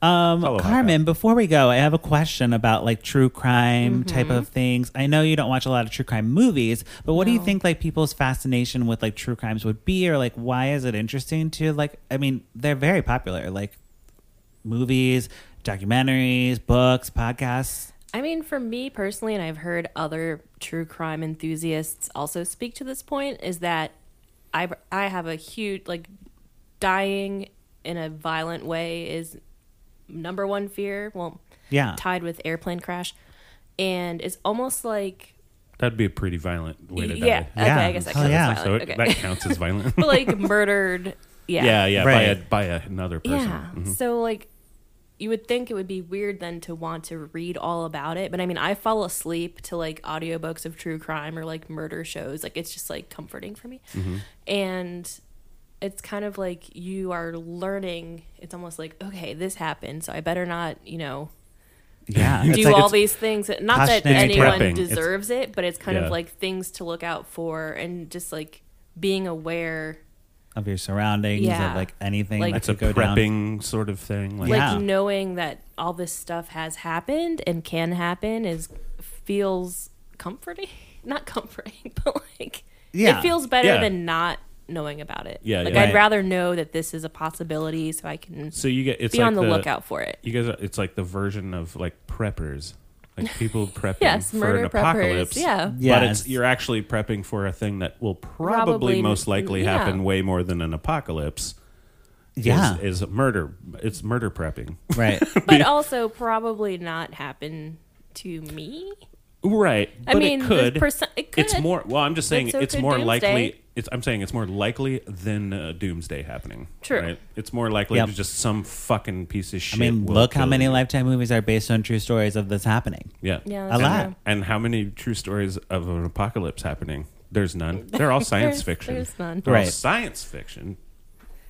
S1: Um,
S2: uh, Follow Hawkeye.
S1: Carmen, before we go, I have a question about like true crime
S3: Mm-hmm.
S1: type of things. I know you don't watch a lot of true crime movies, but what do you
S3: No.
S1: think like people's fascination with like true crimes would be, or like why is it interesting to like? I mean, they're very popular, like movies, documentaries, books, podcasts.
S3: I mean, for me personally, and I've heard other true crime enthusiasts also speak to this point, is that I I have a huge like dying in a violent way is number one fear. Well,
S1: Yeah.
S3: tied with airplane crash, and it's almost like
S2: that'd be a pretty violent way to die.
S3: yeah, okay,
S1: Yeah.
S3: I guess that
S1: Hell
S3: counts
S1: yeah.
S3: as
S2: So
S3: violent.
S2: it,
S3: Oh, okay.
S2: that counts as violent.
S3: but like murdered, yeah,
S2: yeah, yeah,
S1: Right.
S2: by a by another person. Mm-hmm.
S3: Yeah. So like you would think it would be weird then to want to read all about it, but I mean, I fall asleep to like audiobooks of true crime or like murder shows. Like it's just like comforting for me.
S2: Mm-hmm.
S3: And it's kind of like you are learning. It's almost like, okay, this happened, so I better not, you know,
S1: Yeah. It's
S3: do
S1: like-
S3: all
S1: it's-
S3: these things. Not that
S1: cautionary
S3: anyone
S2: prepping. It's-
S3: deserves it, but it's kind
S2: Yeah.
S3: of like things to look out for and just like being aware
S1: of your surroundings,
S3: Yeah.
S1: of like anything.
S3: Like-
S1: that
S2: It's a
S1: could go down.
S2: prepping sort of thing. Like,
S3: like
S1: Yeah.
S3: knowing that all this stuff has happened and can happen is feels comforting not comforting but like
S1: Yeah.
S3: it feels better
S2: Yeah.
S3: than not knowing about it
S2: Yeah,
S3: like
S2: yeah.
S1: Right.
S3: i'd rather know that this is a possibility so i can
S2: So you get it's
S3: be
S2: like
S3: on the, lookout for it
S2: You guys, are, it's like the version of like preppers, like people prepping
S3: yes
S2: for
S3: murder
S2: an
S3: preppers
S2: apocalypse.
S3: yeah
S1: Yes.
S2: But it's you're actually prepping for a thing that will probably,
S3: Probably,
S2: most likely
S3: yeah.
S2: happen way more than an apocalypse. is-
S1: Yeah.
S2: is, murder. It's murder prepping,
S1: right.
S3: but also probably not happen to me
S2: right?
S3: I
S2: but
S3: mean,
S2: it
S3: the
S2: could.
S3: percent- it
S2: It's
S3: could,
S2: more. Well, I'm just saying
S3: but so
S2: it's
S3: could
S2: more
S3: doomsday.
S2: likely. It's, I'm saying it's more likely than uh, doomsday happening.
S3: True.
S2: Right? It's more likely
S1: Yep.
S2: to just some fucking piece of
S1: I
S2: shit.
S1: mean,
S2: will
S1: look how
S2: kill
S1: many
S2: you.
S1: lifetime movies are based on true stories of this happening.
S2: Yeah.
S3: Yeah,
S1: that's A lot.
S2: And, and how many true stories of an apocalypse happening? There's none. They're all science
S3: There's-
S2: fiction.
S3: there's none.
S2: They're all
S1: Right.
S2: science fiction.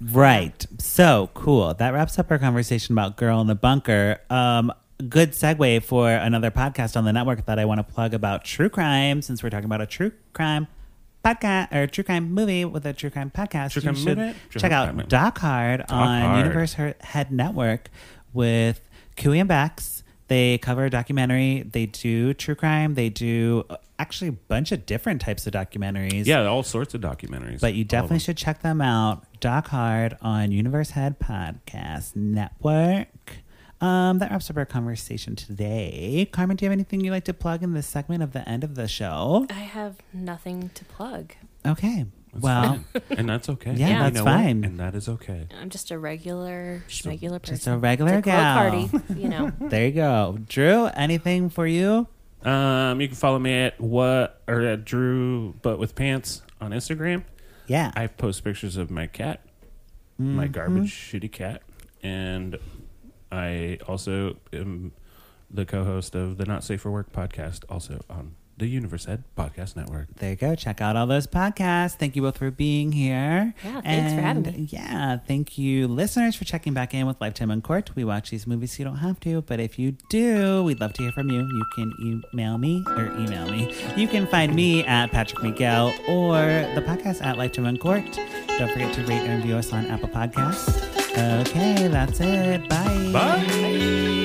S1: Right. So cool. That wraps up our conversation about Girl in the Bunker. Um, good segue for another podcast on the network that I want to plug about true crime, since we're talking about a true crime podcast or true crime movie with a true crime podcast.
S2: True
S1: you
S2: crime
S1: should
S2: movie? True
S1: check
S2: crime
S1: out
S2: movie.
S1: Doc Hard on
S2: Hard.
S1: Universe Her- Head Network with Cooey and Bax. They cover documentary. They do true crime. They do uh, actually a bunch of different types of documentaries.
S2: Yeah, all sorts of documentaries.
S1: But you
S2: All of them.
S1: definitely should check them out. Doc Hard on Universe Head Podcast Network. Um, that wraps up our conversation today. Carmen, do you have anything you'd like to plug in this segment of the end of the show?
S3: i have nothing to plug
S1: Okay.
S2: That's
S1: well,
S2: fine. and that's okay.
S1: Yeah,
S2: You
S1: that's
S2: know what?
S1: fine.
S2: And that is okay.
S3: i'm just a regular schmegular person
S1: just a regular
S3: It's a Chloe
S1: gal.
S3: Cardi, you know
S1: there you go. Drew, anything for you?
S2: Um, you can follow me at what or at Drew but with pants on Instagram.
S1: Yeah.
S2: I post pictures of my cat, my garbage shitty cat, and I also am the co-host of the Not Safe for Work podcast, also on the Universe Ed Podcast Network.
S1: there you go. Check out all those podcasts. Thank you both for being here.
S3: Yeah, thanks for having
S1: And, Yeah, thank you, listeners, for checking back in with Lifetime on Court. We watch these movies so you don't have to, but if you do, we'd love to hear from you. You can email me or email me. You can find me at Patrick Miguel or the podcast at Lifetime on Court. Don't forget to rate and review us on Apple Podcasts. Okay, that's it.
S2: Bye.